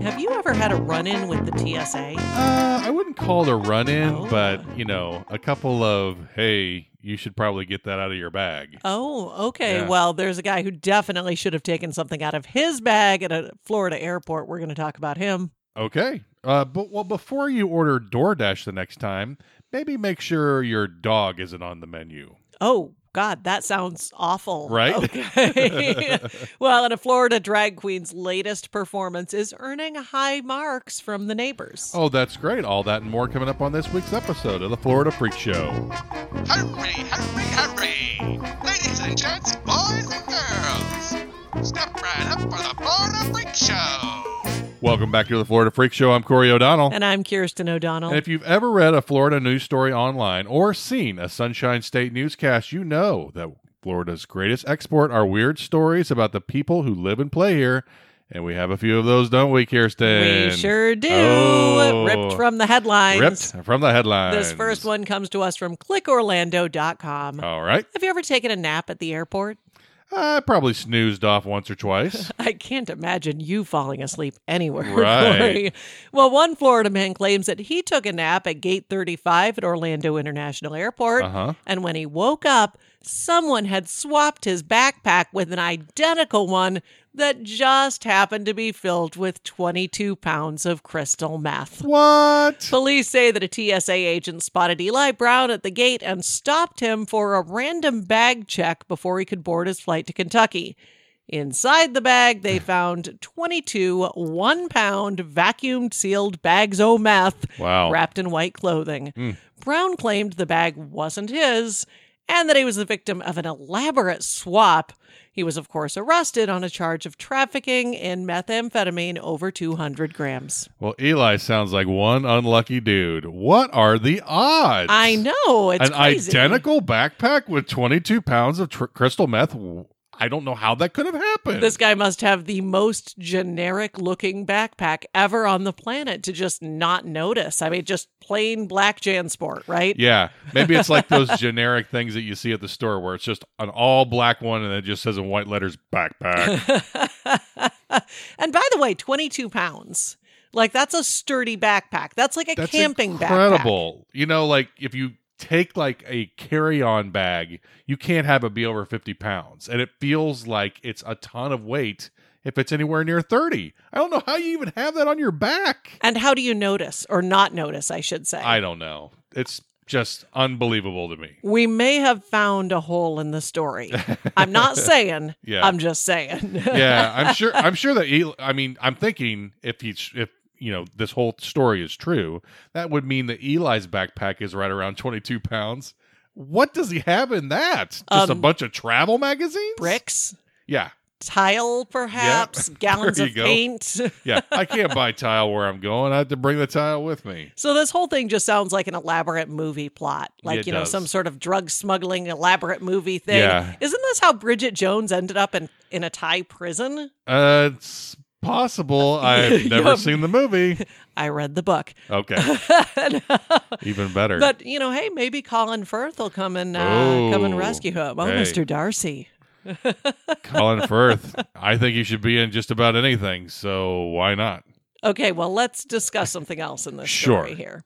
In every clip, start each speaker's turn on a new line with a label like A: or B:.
A: Have you ever had a run in with the TSA?
B: Uh, I wouldn't call it a run in,
A: Oh.
B: but you know, a couple of hey, you should probably get that out of your bag.
A: Oh, okay.
B: Yeah.
A: Well, there's a guy who definitely should have taken something out of his bag at a Florida airport. We're going to talk about him.
B: Okay. Uh, but well, before you order DoorDash the next time, maybe make sure your dog isn't on the menu.
A: Oh, God, that sounds awful.
B: Right?
A: Okay. well, and a Florida drag queen's latest performance is earning high marks from the neighbors.
B: Oh, that's great. All that and more coming up on this week's episode of the Florida Freak Show.
C: Hurry, hurry, hurry! Ladies and gents, boys and girls, step right up for the Florida Freak Show!
B: Welcome back to the Florida Freak Show. I'm Corey O'Donnell.
A: And I'm Kirsten O'Donnell.
B: And if you've ever read a Florida news story online or seen a Sunshine State newscast, you know that Florida's greatest export are weird stories about the people who live and play here. And we have a few of those, don't we, Kirsten?
A: we sure do.
B: Oh.
A: Ripped from the headlines.
B: Ripped from the headlines. Oh.
A: This first one comes to us from clickorlando.com.
B: All right.
A: Have you ever taken a nap at the airport?
B: I probably snoozed off once or twice.
A: I can't imagine you falling asleep anywhere.
B: Right.
A: Corey. Well, one Florida man claims that he took a nap at gate 35 at Orlando International Airport.
B: Uh huh.
A: And when he woke up, someone had swapped his backpack with an identical one that just happened to be filled with 22 pounds of crystal meth.
B: What?
A: Police say that a TSA agent spotted Eli Brown at the gate and stopped him for a random bag check before he could board his flight to Kentucky. Inside the bag, they found 22 one pound vacuum sealed bags of meth
B: Wow. Hmm.
A: wrapped in white clothing. Brown claimed the bag wasn't his and that he was the victim of an elaborate swap. He was, of course, arrested on a charge of trafficking in methamphetamine over 200 grams.
B: Well, Eli sounds like one unlucky dude. What are the odds?
A: I know. It's
B: An
A: crazy.
B: identical backpack with 22 pounds of tr- crystal meth. W- I don't know how that could have happened.
A: This guy must have the most generic looking backpack ever on the planet to just not notice. I mean, just plain black Jansport, right?
B: yeah, maybe it's like those generic things that you see at the store where it's just an all black one and it just says in white letters backpack.
A: and by the way, 22 pounds. Like, that's a sturdy backpack. That's like a
B: That's
A: camping backpack.
B: incredible. You know, like if you take like a carry-on bag, you can't have it be over 50 pounds, and it feels like it's a ton of weight if it's anywhere near 30. I don't know how you even have that on your back.
A: And how do you notice or not notice, I should say?
B: I don't know. It's just unbelievable to me.
A: we may have found a hole in the story. I'm not saying.
B: Yeah.
A: I'm just saying.
B: yeah, I'm sure. I'm sure that Eli. I mean, I'm thinking if he's if you know this whole story is true, that would mean that Eli's backpack is right around 22 pounds. What does he have in that? Just a
A: Um,
B: bunch of travel magazines?
A: Bricks,
B: Yeah,
A: tile, perhaps, gallons
B: There
A: of
B: you go.
A: paint.
B: yeah. I can't buy tile where I'm going. I have to bring the tile with me.
A: So this whole thing just sounds like an elaborate movie plot, like
B: It
A: you know
B: does.
A: some sort of drug smuggling elaborate movie thing.
B: Yeah.
A: Isn't this how Bridget Jones ended up in in a Thai prison?
B: Uh, it's possible. I've
A: You
B: never
A: have-
B: seen the movie.
A: I read the book,
B: Okay, even better.
A: but you know, hey, maybe Colin Firth will come and uh,
B: Oh,
A: come and rescue him. Oh,
B: hey.
A: Mister Darcy.
B: Colin Firth. I think you should be in just about anything. So why not?
A: Okay, well, let's discuss something else in this
B: Sure.
A: story here.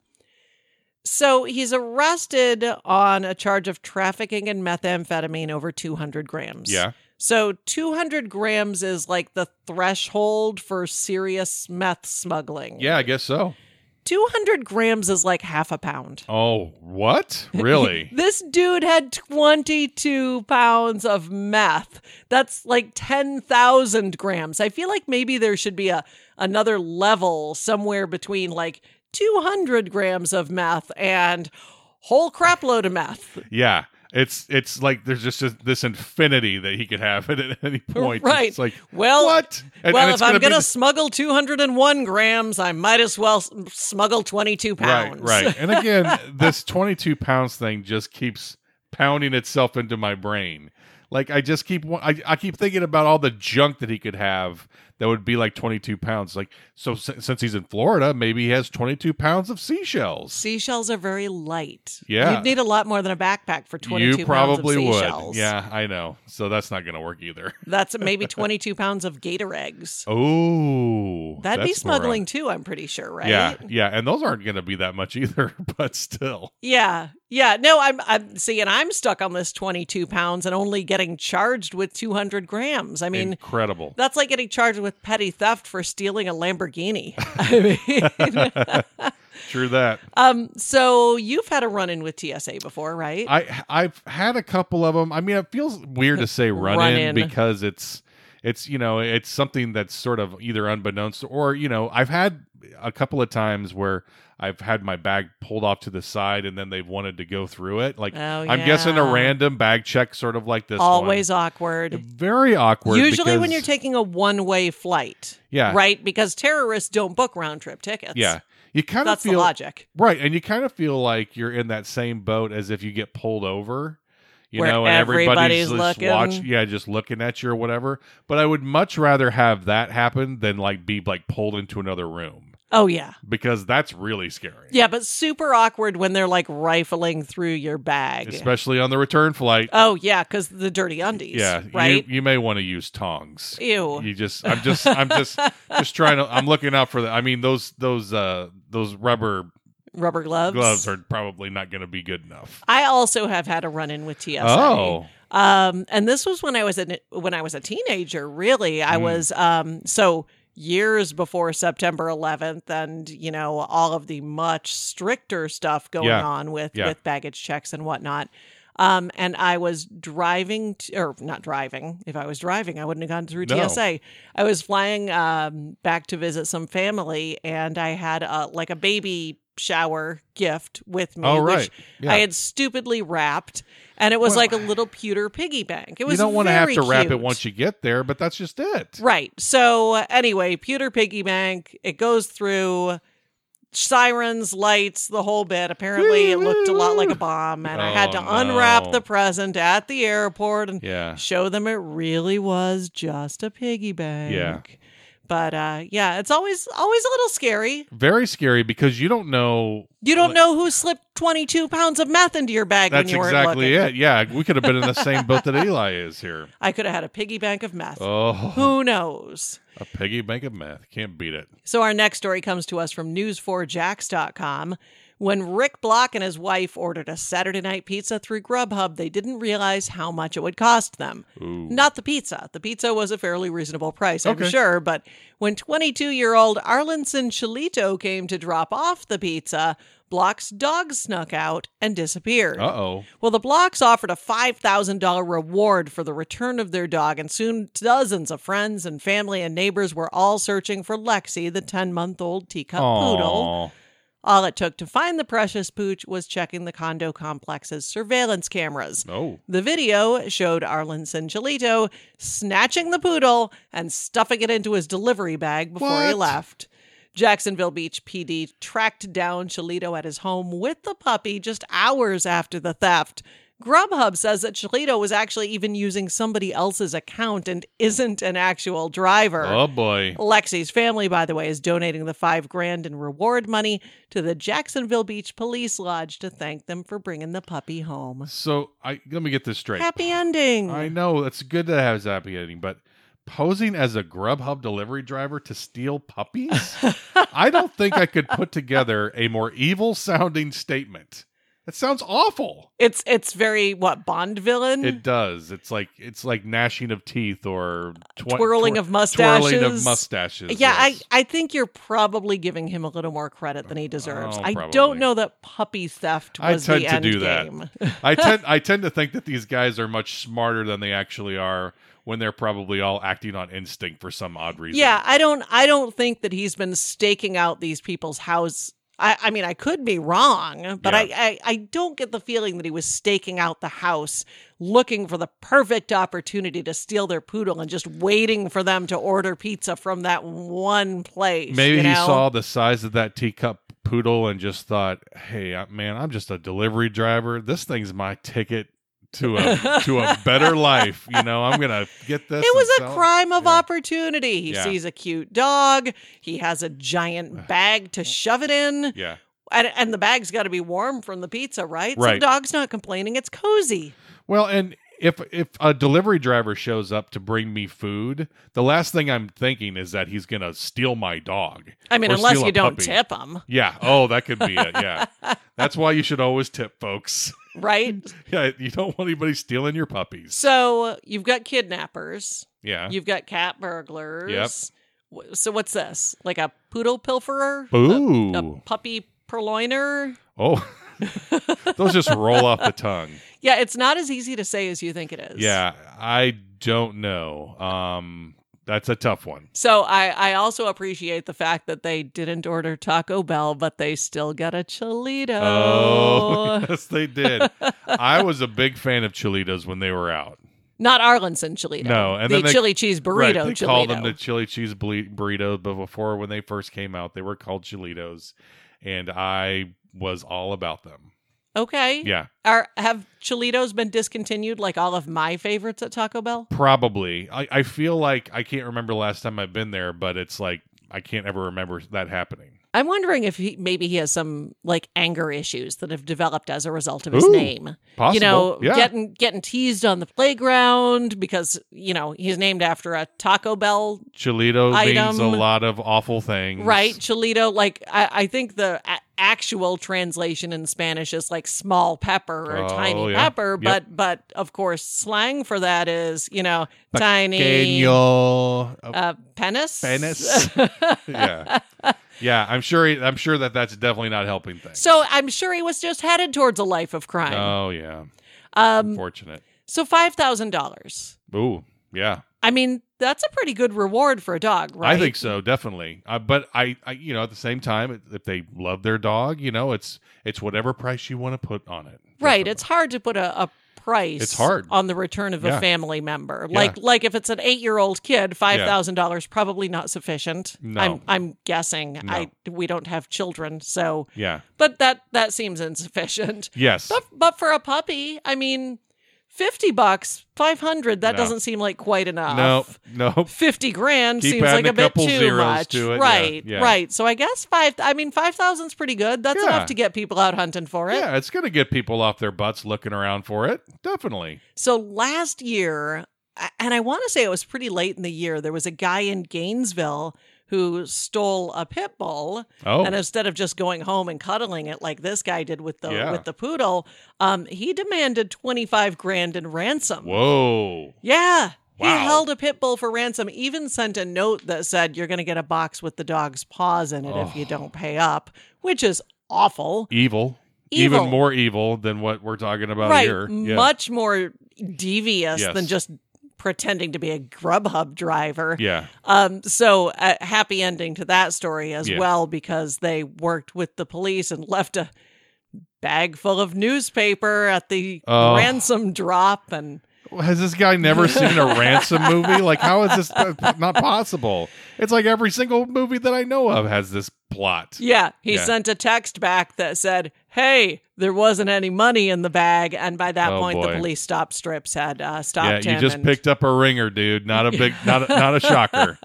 A: So he's arrested on a charge of trafficking in methamphetamine over 200 grams.
B: Yeah.
A: So 200 grams is like the threshold for serious meth smuggling.
B: Yeah, I guess so.
A: 200 grams is like half a pound.
B: Oh, what? Really?
A: This dude had 22 pounds of meth. That's like 10,000 grams. I feel like maybe there should be a another level somewhere between like 200 grams of meth and whole crap load of meth.
B: yeah. It's it's like there's just this- this infinity that he could have at, at any point.
A: Right.
B: It's like
A: Well,
B: what? And-
A: well,
B: and
A: if
B: it's
A: I'm
B: be
A: going to
B: the-
A: smuggle 201 grams, I might as well s- smuggle 22 pounds.
B: Right, right. And again, this 22 pounds thing just keeps pounding itself into my brain. Like I just keep wa- I I keep thinking about all the junk that he could have that would be like 22 pounds. Like, so s- since he's in Florida, maybe he has 22 pounds of seashells.
A: Seashells are very light.
B: Yeah.
A: You'd need a lot more than a backpack for 22
B: you probably
A: pounds of
B: would.
A: seashells.
B: Yeah, I know. So that's not going to work either.
A: That's maybe 22 pounds of gator eggs.
B: Oh,
A: That'd be
B: that's more, uh,
A: smuggling too, I'm pretty sure, right?
B: Yeah, yeah, and those aren't going to be that much either. But still,
A: Yeah. Yeah. No, I'm I'm seeing I'm stuck on this 22 pounds and only getting charged with 200 grams. I mean,
B: incredible.
A: that's like getting charged with petty theft for stealing a Lamborghini. I mean,
B: True that.
A: um, so you've had a run in with TSA before, right?
B: I I've had a couple of them. I mean, it feels weird to say run,
A: Run
B: in,
A: in.
B: because it's it's you know it's something that's sort of either unbeknownst or you know I've had a couple of times where I've had my bag pulled off to the side and then they've wanted to go through it. Like
A: Oh,
B: I'm guessing a
A: yeah.
B: random bag check, sort of like this. one.
A: Always awkward.
B: very awkward.
A: Usually when
B: because-
A: you're taking a one-way flight,
B: yeah
A: right? Because terrorists don't book round-trip tickets.
B: yeah you kind
A: That's
B: of feel
A: the logic.
B: Right, and you kind of feel like you're in that same boat as if you get pulled over, you
A: Where
B: know, and everybody's,
A: everybody's
B: just
A: looking.
B: watch, yeah, just looking at you or whatever. But I would much rather have that happen than like be like pulled into another room
A: Oh yeah.
B: because that's really scary.
A: Yeah, but super awkward when they're like rifling through your bag.
B: especially on the return flight.
A: Oh yeah, because the dirty undies.
B: yeah,
A: right.
B: You, you may want to use tongs.
A: Ew.
B: You just, I'm just, I'm just, just trying to. I'm looking out for the. I mean, those, those, uh, those rubber
A: Rubber gloves.
B: gloves are probably not going to be good enough.
A: I also have had a run in with TSA.
B: Oh,
A: Um, and this was when I was a, when I was a teenager. Really, I
B: Mm.
A: was um so years before September 11th, and you know all of the much stricter stuff going
B: Yeah.
A: on with
B: Yeah.
A: with baggage checks and whatnot. Um, and I was driving, t- or not driving. If I was driving, I wouldn't have gone through
B: No.
A: TSA. I was flying um, back to visit some family, and I had a, like a baby shower gift with me,
B: oh, right.
A: which
B: Yeah.
A: I had stupidly wrapped, and it was
B: Well-
A: like a little pewter piggy bank. It was
B: you don't want to have to
A: very
B: wrap it
A: cute.
B: once you get there, but that's just it.
A: right. So uh, anyway, pewter piggy bank. It goes through sirens, lights, the whole bit. Apparently, it looked a lot like a bomb, and I had to
B: Oh, no.
A: unwrap the present at the airport and
B: Yeah.
A: show them it really was just a piggy bank. But uh, yeah, it's always always a little scary.
B: Very scary because you don't know.
A: You don't
B: Like-
A: know who slipped twenty two pounds of meth into your bag
B: That's
A: when you weren't
B: exactly
A: looking.
B: it. Yeah. We could have been in the same boat that Eli is here.
A: I could have had a piggy bank of meth.
B: Oh,
A: Who knows?
B: a piggy bank of meth. Can't beat it.
A: So, our next story comes to us from news4jax.com. When Rick Block and his wife ordered a Saturday night pizza through Grubhub, they didn't realize how much it would cost them.
B: Ooh.
A: Not the pizza. The pizza was a fairly reasonable price, I'm
B: Okay.
A: sure. But when 22 year old Arlinson Chalito came to drop off the pizza, Block's dog snuck out and disappeared.
B: Uh oh.
A: Well, the Blocks offered a $5,000 reward for the return of their dog, and soon dozens of friends and family and neighbors were all searching for Lexi, the 10 month old teacup poodle. All it took to find the precious pooch was checking the condo complex's surveillance cameras.
B: No.
A: The video showed Arlinson Chalito snatching the poodle and stuffing it into his delivery bag before he
B: What?
A: left. Jacksonville Beach PD tracked down Chalito at his home with the puppy just hours after the theft. Grubhub says that Chalito was actually even using somebody else's account and isn't an actual driver.
B: Oh, boy.
A: Lexi's family, by the way, is donating the five grand in reward money to the Jacksonville Beach Police Lodge to thank them for bringing the puppy home.
B: So I let me get this straight.
A: Happy ending.
B: I know it's good to have happy ending, but posing as a Grubhub delivery driver to steal puppies? I don't think I could put together a more evil sounding statement. That sounds awful.
A: It's it's very what Bond villain
B: It does. It's like it's like gnashing of teeth or twi-
A: twirling
B: twir-
A: of mustaches.
B: Twirling of mustaches.
A: Yeah, I,
B: yes.
A: I think you're probably giving him a little more credit than he deserves.
B: Oh,
A: I
B: probably.
A: don't know that puppy theft
B: I
A: was
B: tend
A: the
B: to
A: end
B: do that.
A: game.
B: I tend I tend to think that these guys are much smarter than they actually are when they're probably all acting on instinct for some odd reason.
A: Yeah, I don't I don't think that he's been staking out these people's house. I, I mean, I could be wrong, but
B: Yeah.
A: I, I, I don't get the feeling that he was staking out the house, looking for the perfect opportunity to steal their poodle and just waiting for them to order pizza from that one place.
B: Maybe
A: you
B: he
A: know?
B: saw the size of that teacup poodle and just thought, "Hey, I- man, I'm just a delivery driver. This thing's my ticket to a to a better life. You know, I'm gonna get this.
A: It was a
B: and sell
A: crime of
B: Yeah.
A: opportunity. He
B: Yeah.
A: sees a cute dog. He has a giant bag to shove it in.
B: Yeah.
A: And, and the bag's got to be warm from the pizza, right? So the
B: Right.
A: dog's not complaining. It's cozy.
B: Well, and if if a delivery driver shows up to bring me food, the last thing I'm thinking is that he's gonna steal my dog.
A: I mean,
B: Or
A: unless
B: steal
A: you
B: a
A: don't
B: puppy.
A: tip him,
B: Yeah. Oh, that could be it. Yeah. That's why you should always tip folks.
A: right?
B: Yeah, you don't want anybody stealing your puppies.
A: so you've got kidnappers.
B: Yeah.
A: You've got cat burglars. Yep. So what's this? Like a poodle pilferer?
B: Ooh.
A: A puppy purloiner?
B: oh. Those just roll off the tongue.
A: Yeah, it's not as easy to say as you think it is.
B: Yeah, I don't know. Um that's a tough one.
A: So I, I also appreciate the fact that they didn't order Taco Bell, but they still got a Cholito.
B: Oh, yes, they did. I was a big fan of Cholitos when they were out.
A: Not Arlenson Cholito.
B: No, and
A: the
B: then they-
A: chili cheese burrito
B: right, they
A: Cholito.
B: called them the chili cheese ble- burrito, but before when they first came out, they were called Cholitos, and I was all about them.
A: okay.
B: Yeah,
A: Are have Cholitos been discontinued like all of my favorites at Taco Bell?
B: probably. I, I feel like I can't remember the last time I've been there, but it's like I can't ever remember that happening.
A: I'm wondering if he, maybe he has some like anger issues that have developed as a result of his
B: Ooh,
A: name.
B: Possible.
A: You know,
B: yeah.
A: getting getting teased on the playground because you know he's named after a Taco Bell
B: Cholito means a
A: item.
B: lot of awful things.
A: Right, Cholito. Like I, I think the a- actual translation in Spanish is like small pepper or
B: Oh,
A: tiny
B: yeah.
A: pepper,
B: Yep.
A: but but of course slang for that is you know tiny
B: Pequeño. Uh,
A: uh, penis.
B: Penis. yeah. Yeah, I'm sure. I'm sure that that's definitely not helping things.
A: so I'm sure he was just headed towards a life of crime.
B: oh yeah,
A: um,
B: unfortunate.
A: so five thousand dollars.
B: Ooh, yeah.
A: I mean, that's a pretty good reward for a dog, right?
B: I think so, definitely. Uh, but I, I, you know, at the same time, if they love their dog, you know, it's it's whatever price you want to put on it.
A: Right.
B: Definitely.
A: It's hard to put a, a price
B: It's hard.
A: on the return of a
B: Yeah.
A: family member.
B: Yeah.
A: Like like if it's an eight year old kid, five thousand dollars probably not sufficient.
B: No.
A: I'm I'm guessing.
B: No.
A: I we don't have children, so
B: yeah.
A: but that that seems insufficient.
B: Yes.
A: But but for a puppy, I mean fifty bucks, five hundred, that
B: No.
A: doesn't seem like quite enough.
B: No. No.
A: Fifty grand
B: Keep
A: seems like
B: adding
A: a,
B: a
A: bit
B: couple
A: too
B: zeros
A: much,
B: to it. Yeah,
A: right?
B: yeah.
A: Right. So I guess five. I mean, five thousand's pretty good. That's
B: Yeah.
A: enough to get people out hunting for it.
B: Yeah, it's gonna get people off their butts looking around for it. Definitely.
A: So last year, a- and I want to say it was pretty late in the year, there was a guy in Gainesville who stole a pit bull,
B: Oh.
A: and instead of just going home and cuddling it like this guy did with the
B: Yeah.
A: with the poodle, um, he demanded twenty five grand in ransom.
B: Whoa.
A: Yeah.
B: Wow.
A: He held a pit bull for ransom, even sent a note that said, You're going to get a box with the dog's paws in it if you don't pay up, which is awful.
B: Evil.
A: Evil.
B: E-, Even more evil than what we're talking about
A: right.
B: here. Yeah.
A: Much more devious
B: Yes.
A: than just pretending to be a Grubhub driver.
B: yeah.
A: Um, so a happy ending to that story as
B: Yeah.
A: well because they worked with the police and left a bag full of newspaper at the
B: Oh.
A: ransom drop and
B: Well, Has this guy never seen a ransom movie? Like, how is this uh, not possible? It's like every single movie that I know of has this plot.
A: yeah, he
B: Yeah.
A: sent a text back that said, "Hey, there wasn't any money in the bag," and by that
B: Oh,
A: point, the
B: boy.
A: police stop strips had uh,
B: Yeah,
A: stopped him.
B: you just
A: and-
B: picked up a ringer, dude. Not a big, not a, not a shocker.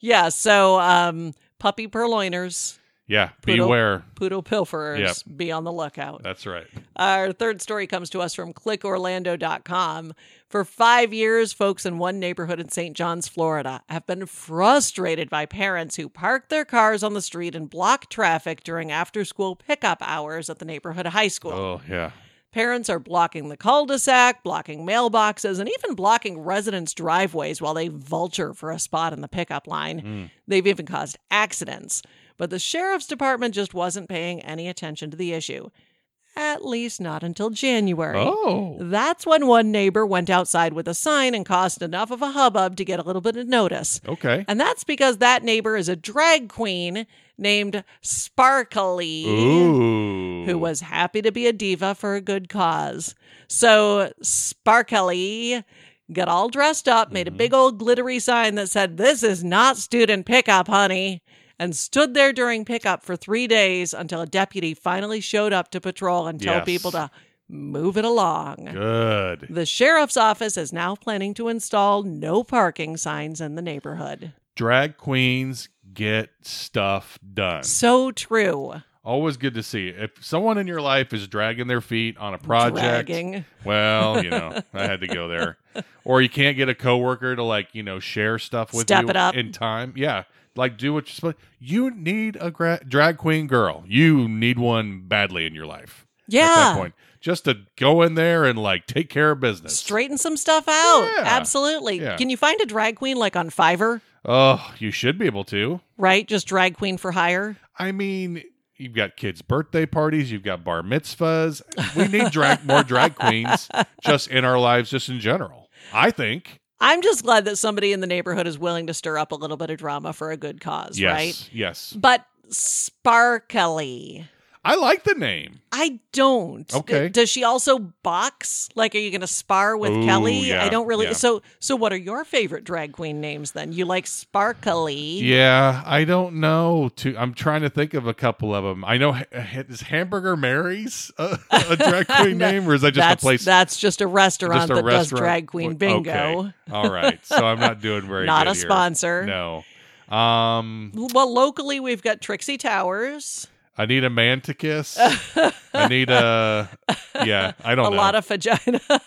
A: yeah. So um, puppy purloiners,
B: Yeah,
A: Poodle.
B: beware.
A: poodle pilferers, be on the lookout.
B: That's right.
A: Our third story comes to us from clickorlando.com. For five years, folks in one neighborhood in St. John's, Florida, have been frustrated by parents who park their cars on the street and block traffic during after school pickup hours at the neighborhood high school.
B: Oh yeah,
A: Parents are blocking the cul de sac, blocking mailboxes, and even blocking residents' driveways while they vulture for a spot in the pickup line.
B: Hmm.
A: They've even caused accidents. But the sheriff's department just wasn't paying any attention to the issue, at least not until January.
B: oh
A: That's when one neighbor went outside with a sign and caused enough of a hubbub to get a little bit of notice.
B: okay.
A: And that's because that neighbor is a drag queen named Sparkly
B: Ooh,
A: who was happy to be a diva for a good cause. So Sparkly got all dressed up, made a
B: Mm-hmm.
A: big old glittery sign that said, This is not student pickup, honey, and stood there during pickup for three days until a deputy finally showed up to patrol and tell
B: Yes.
A: people to move it along.
B: Good.
A: The sheriff's office is now planning to install no parking signs in the neighborhood.
B: Drag queens get stuff done.
A: So true.
B: Always good to see. If someone in your life is dragging their feet on a project,
A: Dragging.
B: well, you know, I had to go there. Or you can't get a coworker to like, you know, share stuff with
A: Step
B: you
A: it up.
B: in time. Yeah. Like do what you're supposed You need a gra- drag queen girl. You need one badly in your life. At
A: Yeah.
B: that point. Just to go in there and like take care of business.
A: Straighten some stuff out.
B: Yeah.
A: Absolutely.
B: Yeah.
A: Can you find a drag queen like on Fiverr?
B: Oh, you should be able to.
A: Right? Just drag queen for hire?
B: I mean, you've got kids' birthday parties, you've got bar mitzvahs. We need drag more drag queens just in our lives, just in general. I think.
A: I'm just glad that somebody in the neighborhood is willing to stir up a little bit of drama for a good cause,
B: Yes.
A: right?
B: Yes.
A: But sparkly.
B: I like the name.
A: I don't. D-
B: Okay.
A: does she also box? Like, are you going to spar with
B: Ooh,
A: Kelly?
B: yeah,
A: I don't really.
B: yeah.
A: So, so what are your favorite drag queen names then? You like Sparkly?
B: Yeah, I don't know. To I'm trying to think of a couple of them. I know ha- is Hamburger Mary's a, a drag queen
A: No,
B: name, or is that just
A: that's
B: a place?
A: that's just a restaurant
B: just a
A: that
B: restaurant.
A: does drag queen bingo.
B: Okay. All right, so I'm not doing very
A: Not
B: good
A: a
B: here.
A: sponsor.
B: No. Um,
A: Well, locally we've got Trixie Towers,
B: I need a man to kiss. I need a yeah. I
A: a
B: don't know.
A: lot of vagina.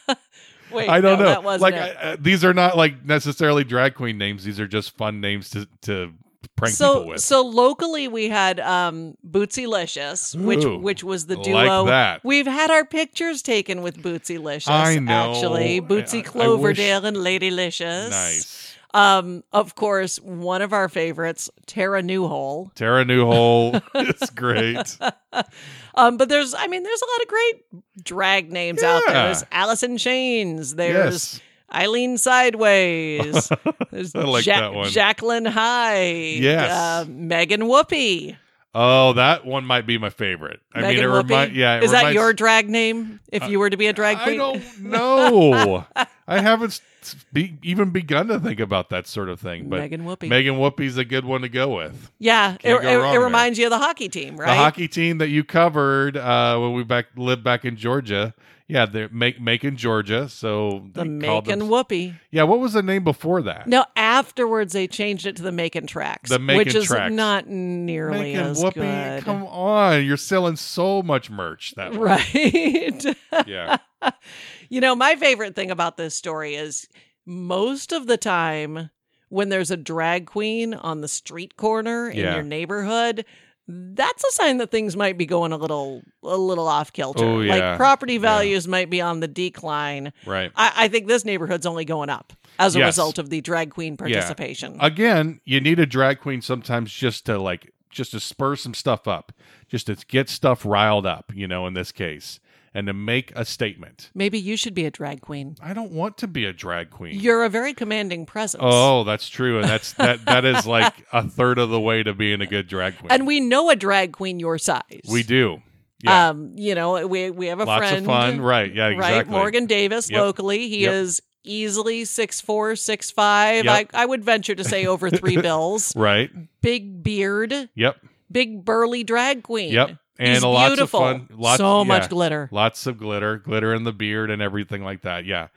A: Wait,
B: Oh, I don't
A: no,
B: know.
A: That wasn't
B: like
A: it.
B: I, I- these are not like necessarily drag queen names. These are just fun names to to prank
A: so,
B: people with.
A: So locally we had um Bootsilicious, which
B: Ooh,
A: which was the
B: like
A: duo.
B: that.
A: We've had our pictures taken with Bootsilicious.
B: I know.
A: Actually,
B: I- I
A: Bootsy
B: wish-
A: Cloverdale and Ladylicious.
B: nice.
A: Um, of course, one of our favorites, Tara Newhole.
B: Tara Newhole is great.
A: Um, but there's, I mean, there's a lot of great drag names out there.
B: Yeah.
A: There's Alice in Chains. There's
B: yes.
A: Eileen Sideways. There's
B: I like
A: Ja-
B: that one.
A: Jacqueline Hyde.
B: Yes.
A: Uh, Megan Whoopi.
B: Oh, that one might be my favorite. I mean,
A: Megan
B: it
A: Whoopi?
B: reminds. Yeah, it
A: is that
B: reminds- Uh,
A: your drag name? If you were to be a drag
B: I
A: queen,
B: don't know. I haven't s- be, even begun to think about that sort of thing. But
A: Megan Whoopi.
B: Megan Whoopi's a good one to go with.
A: yeah, it,
B: Can't go
A: it-
B: wrong
A: it
B: there.
A: reminds you of the hockey team, right?
B: the hockey team that you covered uh, when we back lived back in Georgia. Yeah, they're make, Macon, Georgia. So
A: the
B: they called
A: Macon
B: them-
A: Whoopi.
B: yeah, what was the name before that?
A: No, afterwards they changed it to the Macon Tracks,
B: The Macon
A: which is
B: Tracks.
A: not nearly
B: Macon
A: as
B: Whoopi.
A: good.
B: Come on, you're selling so much merch that way.
A: Right.
B: Yeah,
A: you know, my favorite thing about this story is most of the time when there's a drag queen on the street corner in
B: Yeah.
A: your neighborhood, that's a sign that things might be going a little a little off kilter.
B: Oh, yeah.
A: Like property values might be on the decline.
B: right.
A: I, I think this neighborhood's only going up as a
B: Yes.
A: result of the drag queen participation.
B: Again, you need a drag queen sometimes just to like just to spur some stuff up, just to get stuff riled up. You know, in this case, and to make a statement.
A: Maybe you should be a drag queen.
B: I don't want to be a drag queen.
A: You're a very commanding presence.
B: Oh, that's true, and that's that. That is like a third of the way to being a good drag queen.
A: And we know a drag queen your size.
B: we do, yeah,
A: Um, you know, we we have a
B: lots
A: friend
B: of fun, right? Yeah,
A: right?
B: exactly.
A: Morgan Davis
B: Yep.
A: locally. He
B: Yep.
A: is easily six four, six five.
B: Yep.
A: I, I would venture to say over three bills.
B: right?
A: Big beard,
B: Yep,
A: big burly drag queen.
B: yep, and
A: He's
B: a lots
A: beautiful.
B: of fun, lots,
A: so
B: yeah,
A: much glitter.
B: lots of glitter, glitter in the beard, and everything like that. Yeah,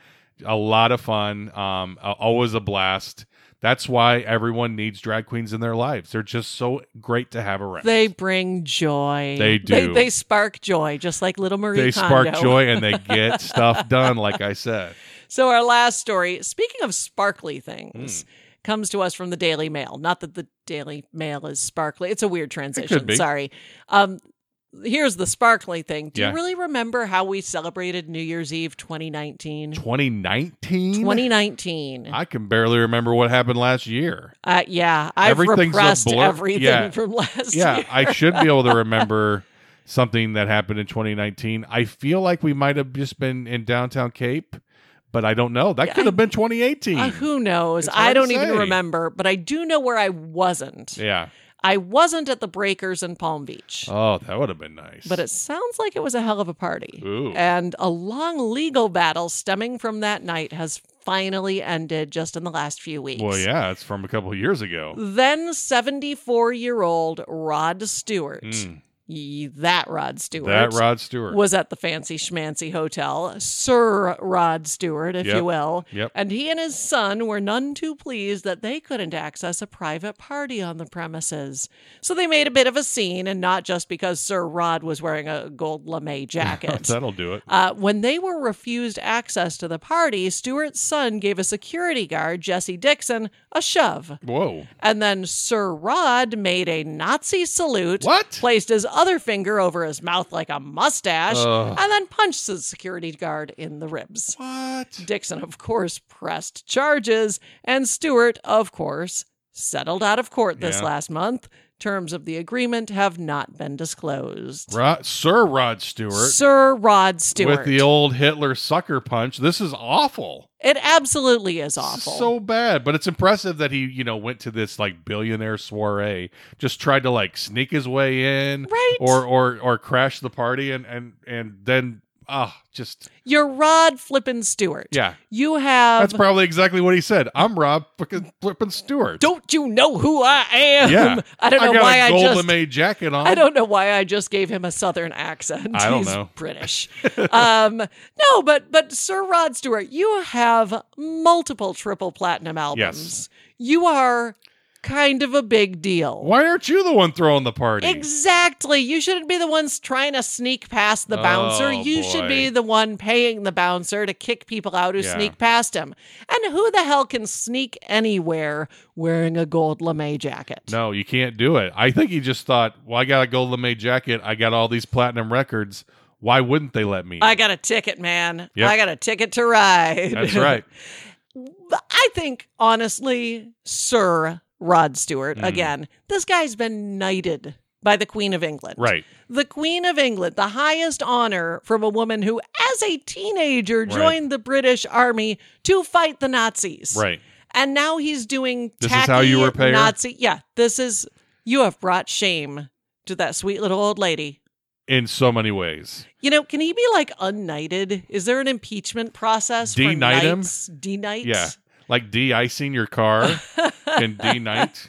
B: a lot of fun. Um, a- always a blast. That's why everyone needs drag queens in their lives. They're just so great to have around.
A: They bring joy.
B: They
A: They,
B: do.
A: spark joy, just like little Marie
B: They
A: Kondo.
B: spark joy and they get stuff done, like I said.
A: So our last story, speaking of sparkly
B: Hmm.
A: things, comes to us from the Daily Mail. Not that the Daily Mail is sparkly. It's a weird transition.
B: be.
A: Sorry. Um here's the sparkly thing. Do
B: Yeah.
A: you really remember how we celebrated New Year's Eve 2019?
B: 2019?
A: 2019.
B: I can barely remember what happened last year.
A: uh, yeah, I've
B: Everything's a
A: repressed
B: blur.
A: everything
B: Yeah.
A: from last
B: Yeah,
A: year.
B: I should be able to remember something that happened in 2019. I feel like we might have just been in downtown Cape, but I don't know. That
A: Yeah,
B: could have been
A: Uh,
B: 2018.
A: who knows?
B: It's hard
A: I
B: to
A: don't even
B: say.
A: remember, but I do know where I wasn't.
B: yeah.
A: I wasn't at the Breakers in Palm Beach.
B: Oh, that would have been nice.
A: but it sounds like it was a hell of a party.
B: Ooh.
A: And a long legal battle stemming from that night has finally ended just in the last few weeks.
B: well, yeah, it's from a couple of years ago.
A: Then 74 year old Rod Stewart
B: Mm.
A: y- that Rod Stewart.
B: That Rod Stewart.
A: was at the fancy schmancy hotel, Sir Rod Stewart, if
B: Yep.
A: you will.
B: Yep.
A: And he and his son were none too pleased that they couldn't access a private party on the premises. So they made a bit of a scene, and not just because Sir Rod was wearing a gold lame jacket.
B: That'll do it.
A: Uh, when they were refused access to the party, Stewart's son gave a security guard, Jesse Dixon, a shove.
B: Whoa.
A: And then Sir Rod made a Nazi salute,
B: What?
A: placed his other finger over his mouth like a mustache,
B: Ugh.
A: and then punched the security guard in the ribs.
B: What?
A: Dixon, of course, pressed charges, and Stewart, of course, settled out of court this
B: Yeah.
A: last month. Terms of the agreement have not been disclosed.
B: Rod, Sir Rod Stewart,
A: Sir Rod Stewart.
B: with the old Hitler sucker punch. This is awful.
A: It absolutely is
B: This
A: awful.
B: is so bad, but it's impressive that he, you know, went to this like billionaire soiree, just tried to like sneak his way in,
A: Right.
B: or or or crash the party, and and and then ah, just
A: You're Rod flippin' Stewart.
B: yeah,
A: You have.
B: that's probably exactly what he said. I'm Rob fucking flipping Stewart.
A: don't you know who I am?
B: Yeah.
A: I don't know
B: got
A: why
B: a
A: I
B: gold
A: just.
B: lame jacket on.
A: I don't know why I just gave him a southern accent.
B: I don't
A: He's
B: know.
A: British. um, no, but but Sir Rod Stewart, you have multiple triple platinum albums. You are kind of a big deal.
B: Why aren't you the one throwing the party?
A: Exactly. You shouldn't be the ones trying to sneak past the bouncer.
B: Oh,
A: you
B: boy.
A: should be the one paying the bouncer to kick people out who
B: Yeah.
A: sneak past him. And who the hell can sneak anywhere wearing a gold lame jacket?
B: No, you can't do it. I think he just thought, well, I got a gold lame jacket. I got all these platinum records. Why wouldn't they let me? in?"
A: I got a ticket, man.
B: Yep.
A: I got a ticket to ride.
B: That's right.
A: I think, honestly, Sir Rod Stewart,
B: Mm.
A: again, this guy's been knighted by the Queen of England.
B: Right.
A: the Queen of England, the highest honor from a woman who, as a teenager,
B: Right.
A: joined the British army to fight the Nazis.
B: Right.
A: And now he's doing
B: This is
A: tacky
B: how you repay her?
A: Nazi. Yeah, this is you have brought shame to that sweet little old lady.
B: In so many ways.
A: You know, can he be like unknighted? Is there an impeachment process? for
B: Denight him?
A: knights? Denight?
B: Yeah. Like de-icing your car and de-night.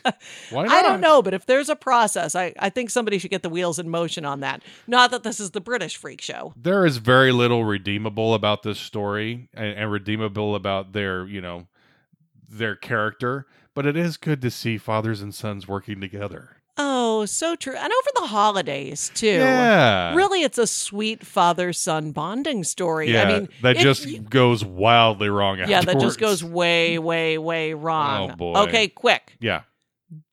B: Why not?
A: I don't know, but if there's a process, I, I think somebody should get the wheels in motion on that. Not that this is the British freak show.
B: There is very little redeemable about this story and, and redeemable about their, you know, their character. But it is good to see fathers and sons working together.
A: Oh, so true. And over the holidays, too.
B: Yeah.
A: Really, it's a sweet father son bonding story.
B: Yeah,
A: I mean,
B: that
A: if
B: just
A: you-
B: goes wildly wrong.
A: yeah, that
B: afterwards.
A: just goes way, way, way wrong.
B: Oh, boy.
A: Okay, quick.
B: Yeah.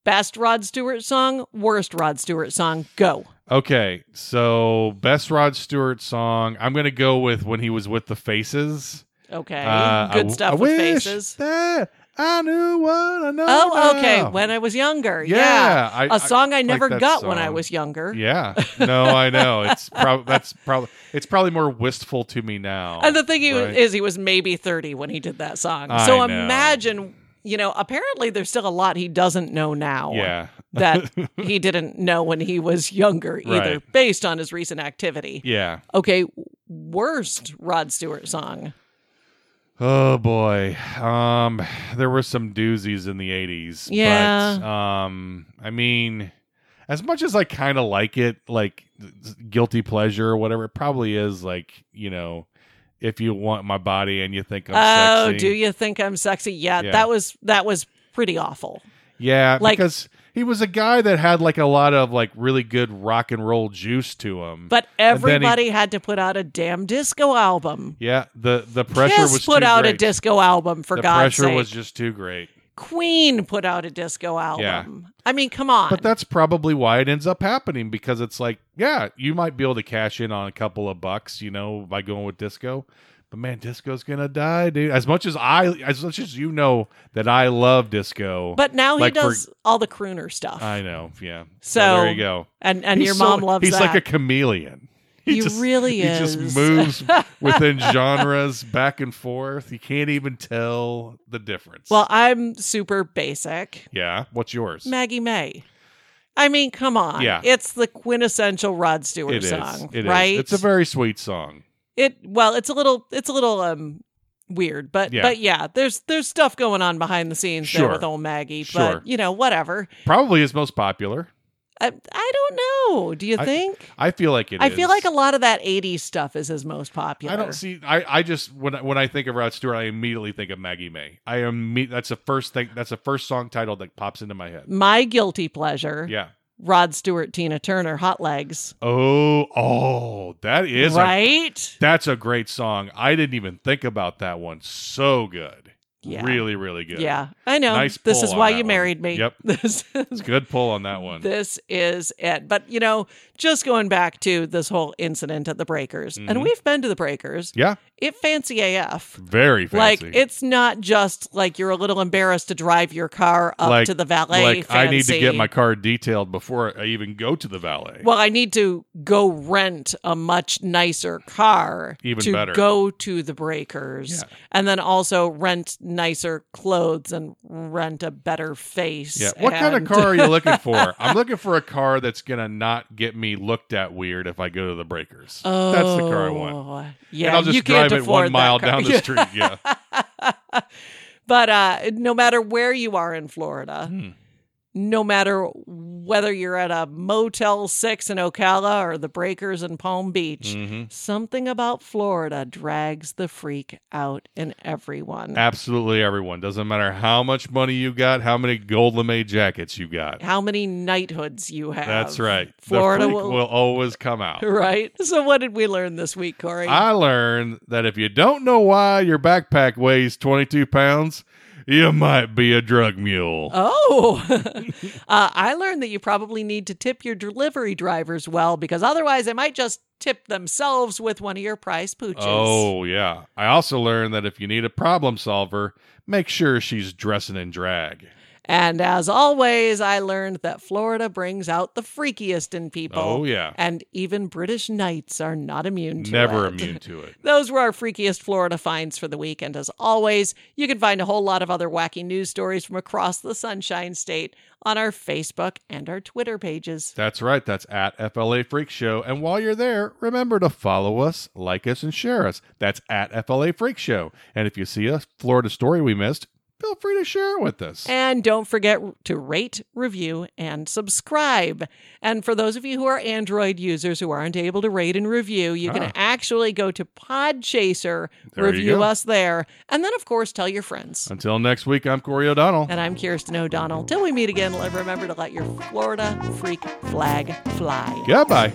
A: Best Rod Stewart song, worst Rod Stewart song. Go.
B: Okay. So best Rod Stewart song. I'm gonna go with when he was with the Faces.
A: Okay,
B: Uh, I
A: good
B: w-
A: stuff
B: I
A: with
B: wish
A: faces.
B: That I knew what I know.
A: Oh, okay.
B: now.
A: When I was younger,
B: yeah,
A: yeah,
B: I-
A: A song I, never
B: that
A: got when I
B: song.
A: was younger.
B: Yeah. No, I know. It's probably that's probably it's probably more wistful to me now.
A: And the thing he
B: right.
A: was, is, he was maybe 30 when he did that song.
B: I
A: so
B: know.
A: imagine, you know, apparently there's still a lot he doesn't know now
B: yeah.
A: that he didn't know when he was younger either,
B: Right.
A: based on his recent activity.
B: Yeah.
A: Okay, worst Rod Stewart song.
B: Oh boy. Um there were some doozies in the 80s.
A: Yeah.
B: But um I mean as much as I kind of like it like guilty pleasure or whatever it probably is like, you know, if you want my body and you think I'm
A: oh,
B: sexy.
A: do you think I'm sexy? Yeah,
B: Yeah.
A: that was that was pretty awful.
B: Yeah,
A: Like-
B: because he was a guy that had like a lot of like really good rock and roll juice to him.
A: But
B: And then he-
A: everybody had to put out a damn disco album.
B: yeah, the the pressure
A: Kiss
B: was
A: put
B: too
A: out
B: great.
A: a disco album for
B: the
A: God's
B: pressure
A: sake.
B: was just too great.
A: Queen put out a disco album. I mean, come on.
B: But that's probably why it ends up happening because it's like, yeah, you might be able to cash in on a couple of bucks, you know, by going with disco. But man, disco's gonna die, dude. As much as I, as much as you know that I love disco,
A: But now
B: Like
A: he
B: for-
A: does all the crooner stuff.
B: I know, yeah.
A: So,
B: there you go.
A: and and
B: He's
A: your
B: so-
A: mom loves
B: He's
A: that.
B: like a chameleon.
A: He really
B: He
A: is.
B: just moves within genres back and forth. You can't even tell the difference.
A: well, I'm super basic.
B: yeah. What's yours?
A: Maggie May. I mean, come on.
B: Yeah.
A: It's the quintessential Rod Stewart
B: It is.
A: song,
B: It is.
A: right?
B: It's a very sweet song.
A: it well, it's a little it's a little um weird, but
B: Yeah.
A: but yeah, there's there's stuff going on behind the scenes there
B: Sure.
A: with old Maggie,
B: Sure.
A: but you know, whatever.
B: Probably his most popular.
A: I, I don't No, do you
B: I-
A: think?
B: I feel like it is.
A: I feel like a lot of that 80s stuff is his most popular.
B: I don't see. I, I just when I, when I think of Rod Stewart, I immediately think of Maggie May. I am. That's the first thing. That's the first song title that pops into my head.
A: My guilty pleasure,
B: Yeah.
A: Rod Stewart, Tina Turner, Hot Legs.
B: Oh, oh, that is a-
A: right?
B: that's a great song. I didn't even think about that one. So good.
A: Yeah.
B: Really, really good.
A: Yeah, I know.
B: Nice
A: this
B: pull
A: is
B: on
A: why
B: that
A: you
B: one.
A: married me.
B: Yep.
A: This is,
B: It's a good pull on that one.
A: this is it. But, you know, just going back to this whole incident at the Breakers, and
B: Mhm.
A: we've been to the Breakers,
B: yeah.
A: it fancy AF.
B: Very fancy.
A: Like it's not just like you're a little embarrassed to drive your car up
B: Like-
A: to the valet.
B: like I need to get
A: fancy.
B: my car detailed before I even go to the valet.
A: Well, I need to go rent a much nicer car
B: Even
A: to
B: better.
A: go to the breakers
B: Yeah.
A: and then also rent nicer clothes and rent a better face.
B: yeah. What kind of
A: and-
B: car are you looking for? I'm looking for a car that's gonna not get me looked at weird if I go to the breakers.
A: Oh,
B: that's the car I want.
A: Yeah,
B: and I'll just
A: you
B: drive
A: can't
B: it one
A: afford that
B: mile
A: car.
B: down the
A: Yeah.
B: street. Yeah.
A: But uh, no matter where you are in Florida,
B: Hmm.
A: no matter whether you're at a Motel 6 in Ocala or the Breakers in Palm Beach,
B: Mhm.
A: Something about Florida drags the freak out in everyone.
B: Absolutely everyone. Doesn't matter how much money you got, how many gold lame jackets you got.
A: How many knighthoods you have.
B: That's right.
A: Florida
B: the freak
A: will,
B: will always come out.
A: Right? So, what did we learn this week, Corey?
B: I learned that if you don't know why your backpack weighs 22 pounds, you might be a drug mule.
A: oh, uh, I learned that you probably need to tip your delivery drivers well because otherwise they might just tip themselves with one of your prize pooches.
B: Oh, yeah. I also learned that if you need a problem solver, make sure she's dressing in drag.
A: And as always, I learned that Florida brings out the freakiest in people.
B: Oh, yeah.
A: And even British knights are not immune to
B: Never
A: it.
B: immune to it.
A: Those were our freakiest Florida finds for the week. And as always, you can find a whole lot of other wacky news stories from across the Sunshine State on our Facebook and our Twitter pages.
B: That's right. That's at FLA Freak Show. And while you're there, remember to follow us, like us, and share us. That's at FLA Freak Show. And if you see a Florida story we missed, feel free to share it with us.
A: And don't forget to rate, review, and subscribe. And for those of you who are Android users who aren't able to rate and review, you
B: Ah.
A: can actually go to Podchaser,
B: There you
A: review
B: go.
A: us there, and then, of course, tell your friends.
B: Until next week, I'm Corey O'Donnell.
A: And I'm Kirsten O'Donnell. Till we meet again, remember to let your Florida freak flag fly.
B: Goodbye.